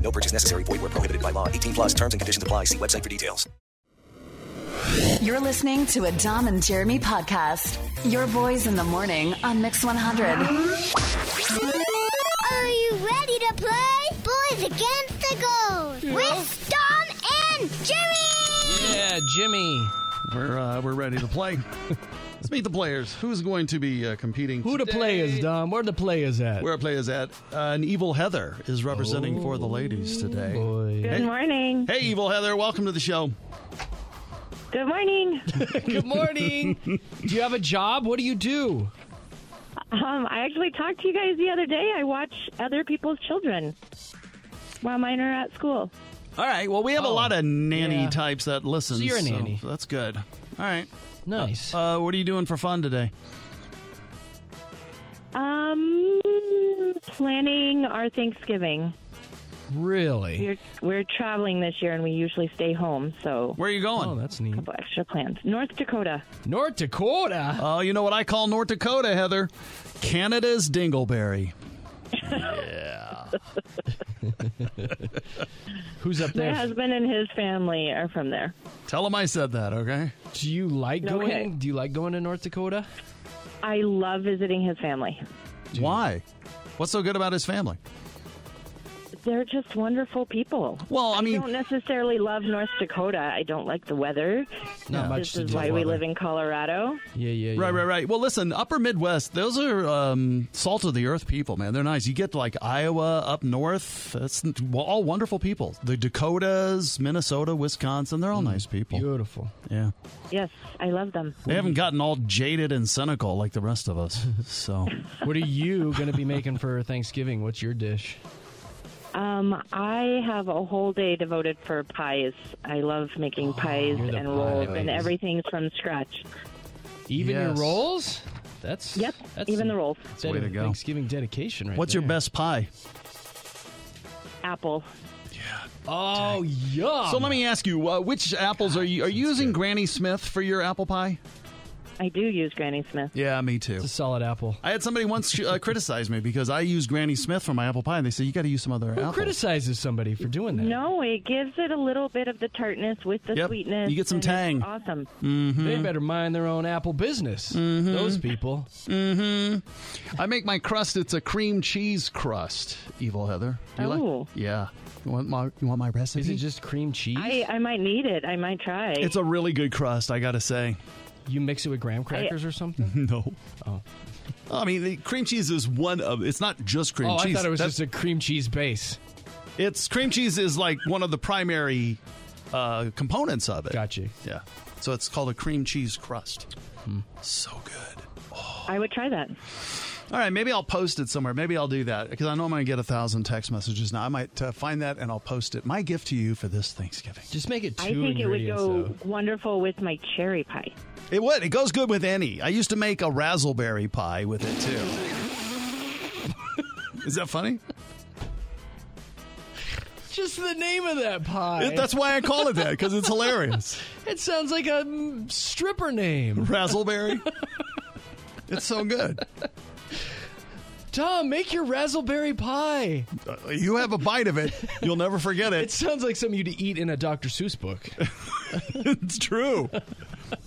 No purchase necessary. Void where prohibited by law. 18 plus terms and conditions apply. See website for details. You're listening to a Dom and Jeremy podcast. Your boys in the morning on Mix 100. Are you ready to play? Boys against the gold with Dom and Jimmy. Yeah, Jimmy. We're uh, we're ready to play. Let's meet the players. Who's going to be uh, competing? Who the today? play is, Dom? Where the play is at? Where play is at? Uh, an evil Heather is representing for the ladies today. Oh, Boy. Good morning. Hey, evil Heather, welcome to the show. Good morning. Good morning. do you have a job? What do you do? Um, I actually talked to you guys the other day. I watch other people's children while mine are at school. All right. Well, we have a Oh, lot of nanny yeah. types that listen. So you're a nanny. that's good. All right. Nice. Uh, what are you doing for fun today? Um, planning our Thanksgiving. really? We're we're traveling this year, and we usually stay home, so Where are you going? Oh, that's neat. couple extra plans. North Dakota. North Dakota. Oh, you know what I call North Dakota, Heather? Canada's dingleberry. Who's up My there? husband and his family are from there. Tell them I said that, okay? Do you like Okay. going? Do you like going to North Dakota? I love visiting his family. Why? What's so good about his family? They're just wonderful people. Well, I I mean, don't necessarily love North Dakota. I don't like the weather. Not Yeah. much This to eh? is do. why we live in Colorado. Yeah, yeah, yeah. Right, right, right. Well, listen, Upper Midwest, those are um, salt of the earth people, man. They're nice. You get like Iowa up north. That's well, all wonderful people. The Dakotas, Minnesota, Wisconsin, they're all nice people. Beautiful. Mm. Yeah, Yes, I love them. they haven't gotten all jaded and cynical like the rest of us. So, What are you going to be making for Thanksgiving? What's your dish? Um, I have a whole day devoted for pies. I love making pies you're the and pie rolls, and lady. everything's from scratch. Even your Yes. rolls? That's Yep, That's even the rolls. that's Way to go. Thanksgiving dedication, right? what's your there. best pie? Apple. Oh, yeah. So let me ask you, uh, which apples are you are you using Granny Smith for your apple pie? I do use Granny Smith. Yeah, me too. It's a solid apple. I had somebody once uh, criticize me because I use Granny Smith for my apple pie, and they said you got to use some other Who apples. criticizes somebody for doing that? No, it gives it a little bit of the tartness with the Yep, sweetness. you get some and it's tang. Awesome. They Mm-hmm. better mind their own apple business. Those people. I make my crust. It's a cream cheese crust. Evil Heather. Do you Oh. like? Yeah. You want my you want my recipe? Is it just cream cheese? I, I might need it. I might try. It's a really good crust. I gotta say. you mix it with graham crackers or something? No. Oh. I mean, the cream cheese is one of. It's not just cream oh, cheese. I thought it was That's- just a cream cheese base. It's cream cheese is like one of the primary uh, components of it. Gotcha. Hmm. Yeah. So it's called a cream cheese crust. So good. I would try that. All right, maybe I'll post it somewhere. Maybe I'll do that because I know I'm going to get a thousand text messages now. I might uh, find that and I'll post it. My gift to you for this Thanksgiving. Just make it two I think it would ingredients. go though. wonderful with my cherry pie. It would. It goes good with any. I used to make a razzleberry pie with it too. Is that funny? Just the name of that pie. It- that's why I call it that because it's hilarious. it sounds like a mm, stripper name. Razzleberry. It's so good. Tom, make your razzleberry pie. Uh, You have a bite of it, you'll never forget It it. sounds like something you'd eat in a Dr. Seuss book. It's true,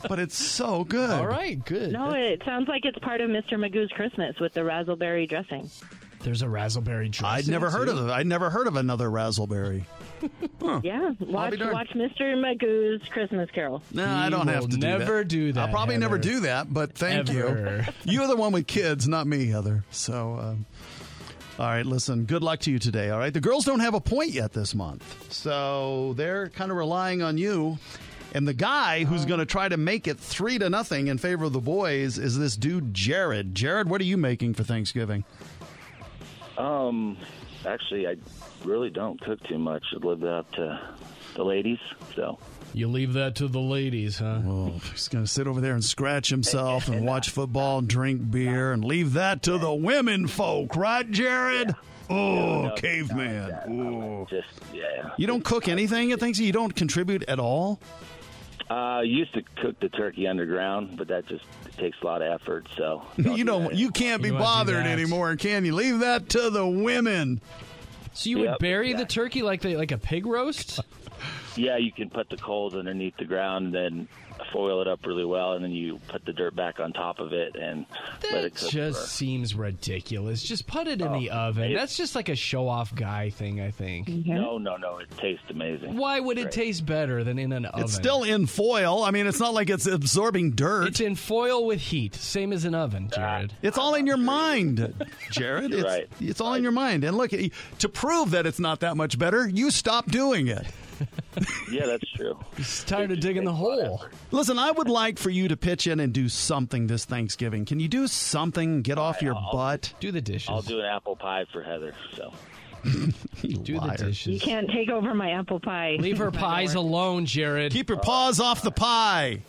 but it's so good. All right, good. Oh, No, it sounds like it's part of Mr. Magoo's Christmas with the razzleberry dressing. There's a raspberry dressing. I'd never heard too. of it. I'd never heard of another raspberry. Yeah, watch darned. watch Mr. Magoo's Christmas Carol. No, I don't will have to never do do that. that, I'll probably never Heather. do that, but thank Ever. you. You're the one with kids, not me, Heather. So, um, all right, listen, good luck to you today, all right? The girls don't have a point yet this month, so they're kind of relying on you. And the guy who's going to try to make it three to nothing in favor of the boys is this dude, Jared. Jared, what are you making for Thanksgiving? Um, actually, I really don't cook too much. I live out to the ladies, so You leave that to the ladies, huh? Oh, he's going to sit over there and scratch himself and watch football and drink beer and leave that to the women folk, right, Jared? Oh, caveman. Oh. just yeah. You don't cook anything at Thanksgiving? You don't contribute at all? I uh, used to cook the turkey underground, but that just it takes a lot of effort. So you don't. do You can't be You don't do bothered that. anymore, can you? Leave that to the women. So you would Yep, bury the exactly. turkey like they like a pig roast? that. yeah, you can put the coals underneath the ground and then foil it up really well, and then you put the dirt back on top of it and let That it cook. just for- Oh, seems ridiculous. Just put it in the oven. it- That's just like a show-off guy thing, I think. Hmm. no, no, no. It tastes amazing. Why would it taste better than in an oven? It's still in foil. I mean, it's not like it's absorbing dirt. It's in foil with heat, same as an oven, Jared. Ah. It's all in your mind, Jared. It's, right. it's all in your mind. And look, to prove that it's not that much better, you stop doing it. Yeah, that's true. It's tired of digging the hole. Listen, I would like for you to pitch in and do something this Thanksgiving. Can you do something? Get off your butt. Do the dishes. I'll do an apple pie for Heather. So You Do liar. the You dishes. can't take over my apple pie. Leave her My pies lord. alone, Jared. Keep your paws Uh. off the pie.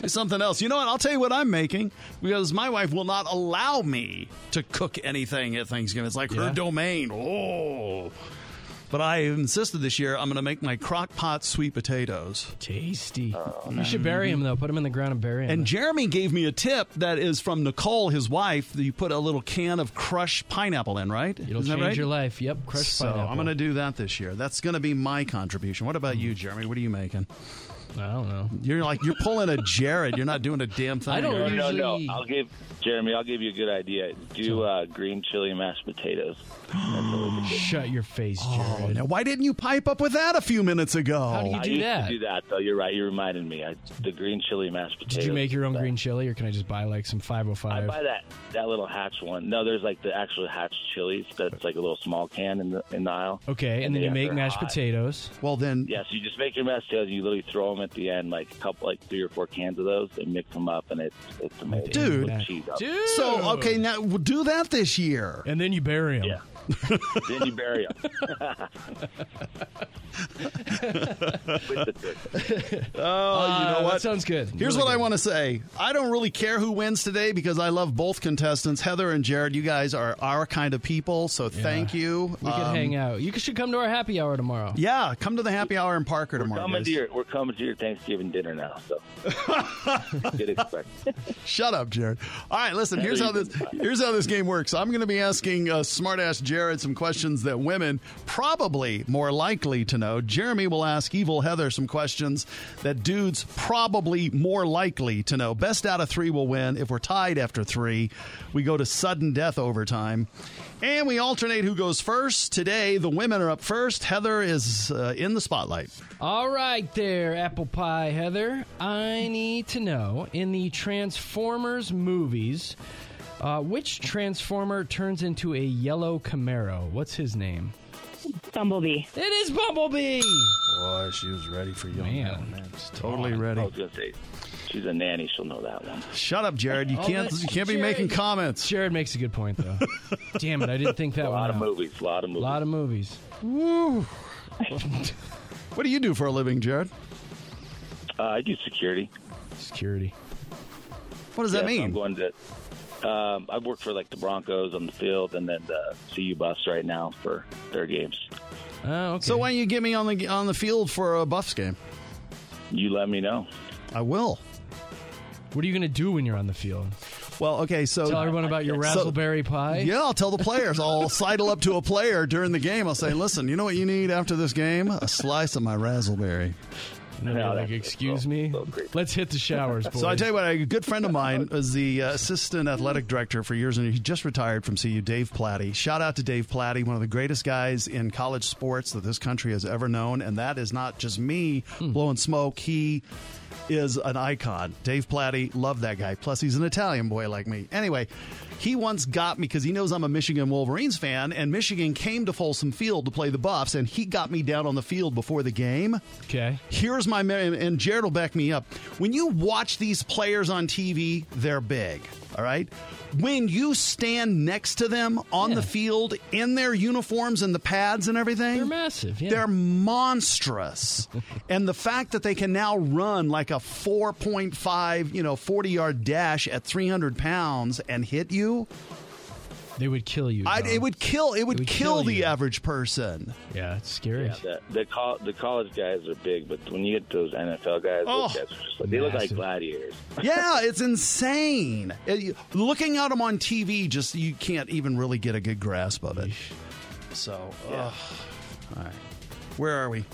do something else. You know what? I'll tell you what I'm making because my wife will not allow me to cook anything at Thanksgiving. It's like Yeah? her domain. Oh. But I insisted this year I'm going to make my crock pot sweet potatoes. Tasty. Oh, you should bury him though. Put him in the ground and bury him. And Jeremy gave me a tip that is from Nicole, his wife. that You put a little can of crushed pineapple in, right? it'll Isn't that change right? your life. Yep, crushed So pineapple. I'm going to do that this year. That's going to be my contribution. What about you, Jeremy? What are you making? I don't know. You're like you're pulling a Jared. You're not doing a damn thing. I don't right? usually- no, no. I'll give Jeremy. I'll give you a good idea. Do uh, green chili mashed potatoes. Shut your face, Jared. Oh, Now, why didn't you pipe up with that a few minutes ago? How do you Oh, I do used that? to do that though. You're right. You reminded me. I, the green chili mashed potatoes. Did you make your own but green chili, or can I just buy like some I 505? buy that that little hatch one. No, there's like the actual hatch chilies. That's like a little small can in the in the aisle. Okay, and then you Yeah, make they're mashed hot. potatoes. well, then, Yeah, so you just make your mashed potatoes. And you literally throw them at the end, like a couple, like three or four cans of those, and mix them up, and it's it's amazing. Dude. With cheese up. Dude. so okay, now we'll do that this year. And then you bury him. Yeah. then you bury them. With the turkey. Oh, you know what? Ah, That sounds good. Here's Really what I good. want to say. I don't really care who wins today because I love both contestants. Heather and Jared, you guys are our kind of people, so thank you. We could Um, hang out. You should come to our happy hour tomorrow. Yeah, come to the happy hour in Parker tomorrow. Coming guys. to your, we're coming to your Thanksgiving dinner now, so get expected. Shut up, Jared. All right, listen. Here's how this here's how this game works. I'm going to be asking uh, smartass Jared some questions that women probably more likely to know. Jeremy will ask evil Heather some questions that dudes probably more likely to know. Best out of three will win. If we're tied after three, we go to sudden death overtime, and we alternate who goes first. Today, the women are up first. Heather is uh, in the spotlight. All right, there, apple pie, Heather. I need to know in the Transformers movies, uh, which Transformer turns into a yellow Camaro? What's his name? Bumblebee. It is Bumblebee. Boy, she was ready for you. Oh, Man. that totally ready. I was gonna say, she's Oh, a nanny. She'll know that one. Shut up, Jared. You Oh, can't. that's- You can't be Jared. making comments. Jared makes a good point, though. Damn it, I didn't think that A one. lot of out. movies. A lot of A movies. lot of movies. What do you do for a living, Jared? uh, I do security. Security. What does that Yes, mean? I'm going to. Um, I've worked for like the Broncos on the field, and then the CU bus right now for their games. Oh, okay. so why don't you get me on the on the field for a Buffs game? You let me know. I will. what are you going to do when you're on the field? Well, okay. So Tell everyone about your So- raspberry pie? Yeah, I'll tell the players. I'll sidle up to a player during the game. I'll say, "Listen, you know what you need after this game? A slice of my raspberry." And then No, you're like, that's- excuse me? Let's hit the showers, boys. So I tell you what, a good friend of mine was the uh, assistant athletic director for years, and he just retired from CU, Dave Platty. Shout out to Dave Platty, one of the greatest guys in college sports that this country has ever known. And that is not just me blowing smoke. He is an icon. Dave Platty, love that guy. Plus, he's an Italian boy like me. Anyway, he once got me because he knows I'm a Michigan Wolverines fan, and Michigan came to Folsom Field to play the Buffs, and he got me down on the field before the game. Okay. Here's my ma- and- and Jared will back me up. When you watch these players on TV, they're big. All right. When you stand next to them on the field in their uniforms and the pads and everything, They're massive. Yeah. they're monstrous. and the fact that they can now run like a 4.5, you know, 40 yard dash at 300 pounds and hit you, They would kill you. I'd, Dom. it would kill. It would, would kill, kill the you. average person. Yeah, it's scary. The, the, col- the college guys are big, but when you get those NFL guys, Oh, those guys are just like, they look like massive. gladiators. yeah, it's insane. It- you- looking at them on TV, just you can't even really get a good grasp of it. So, ugh. all right, where are we?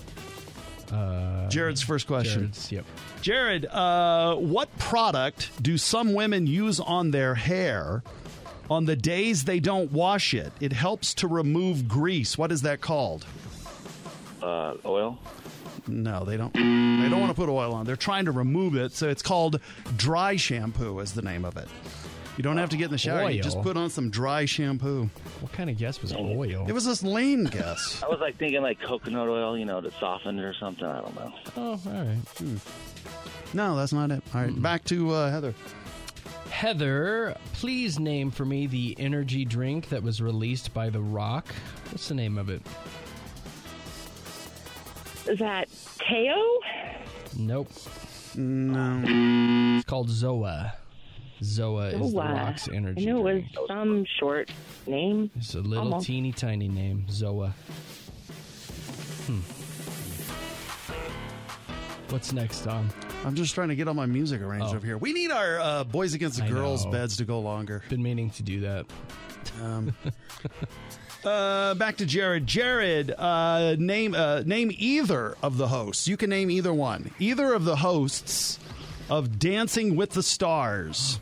Jared's first question. Jared's- Yep. Jared, uh, what product do some women use on their hair on the days they don't wash it? It helps to remove grease. What is that called? Uh, oil? No, they don't. They don't want to put oil on. They're trying to remove it, so it's called dry shampoo. Is the name of it. You don't have to get in the shower. You Oil. just put on some dry shampoo. What kind of guess was oil? It was this lame guess. I was like thinking like coconut oil, you know, to soften it or something. I don't know. oh, all right. No, that's not it. All right, back to uh, Heather. Heather, please name for me the energy drink that was released by The Rock. What's the name of it? Is that Teo? Nope. No. It's called Zoa. Zoa is The Zoa. Rock's I energy knew it was drink. some short name. It's a little Almost. teeny tiny name, Zoa. Hmm. What's next, Tom? I'm just trying to get all my music arranged Oh. over here. We need our uh, boys against the I girls know. beds to go longer. Been meaning to do that. Uh, back to Jared. Jared, uh, name uh, name either of the hosts. You can name either one. Either of the hosts of Dancing with the Stars.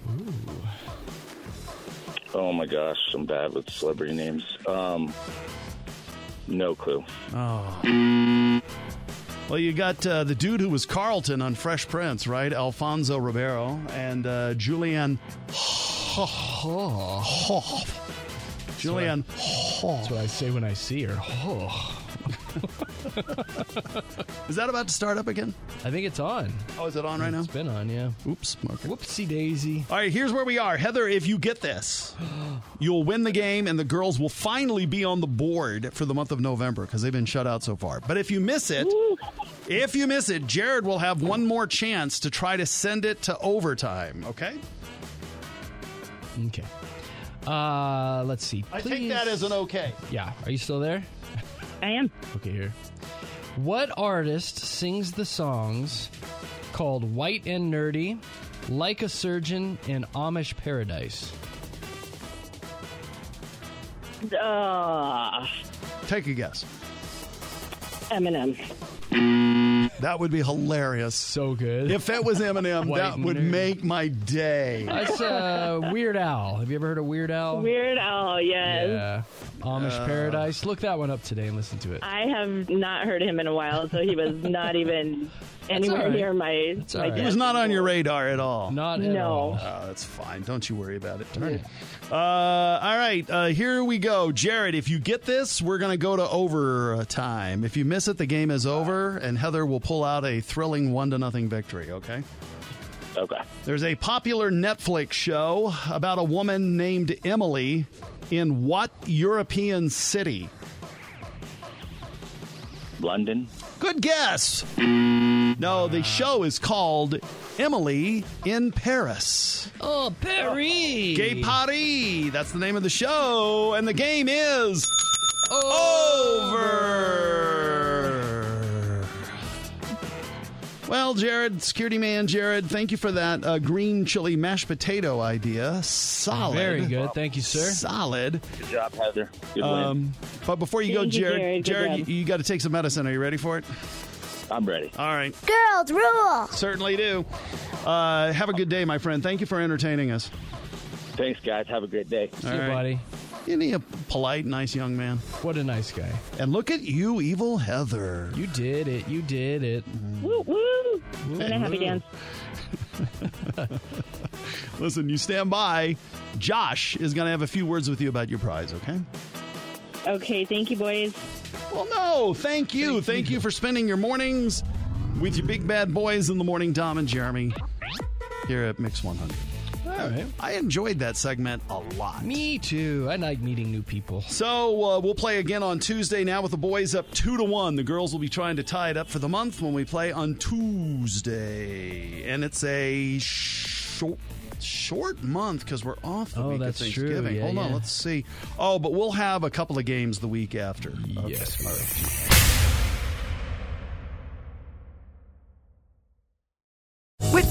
Oh my gosh, I'm bad with celebrity names. Um, no clue. Well, you got uh, the dude who was Carlton on Fresh Prince, right? Alfonso Ribeiro and uh, Julianne Hoff. Julianne That's Hoff. what I say when I see her. Oh, Is that about to start up again? I think it's on. Oh, is it on right now? It's been on, yeah. Oops. Okay. Whoopsie daisy. All right, here's where we are. Heather, if you get this, you'll win the game, and the girls will finally be on the board for the month of November because they've been shut out so far. But if you miss it, if you miss it, Jared will have one more chance to try to send it to overtime, okay? Okay. Uh, let's see. I take that Please- as an okay. Yeah. Are you still there? I am. Okay, here. What artist sings the songs called White and Nerdy, Like a Surgeon, and Amish Paradise? Uh, Take a guess. Eminem. That would be hilarious. So good. If it was Eminem, White that would nerd. make my day. That's uh, Weird Al. Have you ever heard of Weird Al? Weird Al, yes. yeah. Amish Paradise. Look that one up today and listen to it. I have not heard him in a while, so he was not even anywhere all right. near my. That's my all right. He was not on your radar at all. Not at No. all. Oh, that's fine. Don't you worry about it. Uh, all right, uh, here we go. Jared, if you get this, we're going to go to overtime. If you miss it, the game is over, and Heather will pull out a thrilling one to nothing victory, okay? Okay. There's a popular Netflix show about a woman named Emily in what European city? London. Uh. Good guess. No, the show is called Emily in Paris. Oh, Perry. Gay Paris. That's the name of the show. And the game is over. Well, Jared, security man Jared, thank you for that uh, green chili mashed potato idea. Solid. Very good. Thank you, sir. Solid. Good job, Heather. Good win. Um, but before you Thank go, you, Jared, Jared. Good Jared, job. you, got to take some medicine. Are you ready for it? I'm ready. All right. Girls rule. Certainly do. Uh, have a good day, my friend. Thank you for entertaining us. Thanks, guys. Have a great day. All Hey, right. buddy. Isn't he a polite, nice young man? What a nice guy. And look at you, evil Heather. You did it. You did it. Woo woo! And a happy dance. Listen, you stand by. Josh is going to have a few words with you about your prize, okay? Okay, thank you, boys. Well, no. Thank you. Thank, you. for spending your mornings with your big bad boys in the morning, Dom and Jeremy, here at Mix 100. All right. I enjoyed that segment a lot. Me too. I like meeting new people. So uh, we'll play again on Tuesday now with the boys up two to one. The girls will be trying to tie it up for the month when we play on Tuesday, and it's a short short month because we're off the Oh, week that's of true. Thanksgiving. Yeah, Hold on, yeah. let's see. Oh, but we'll have a couple of games the week after. Yes. all right. With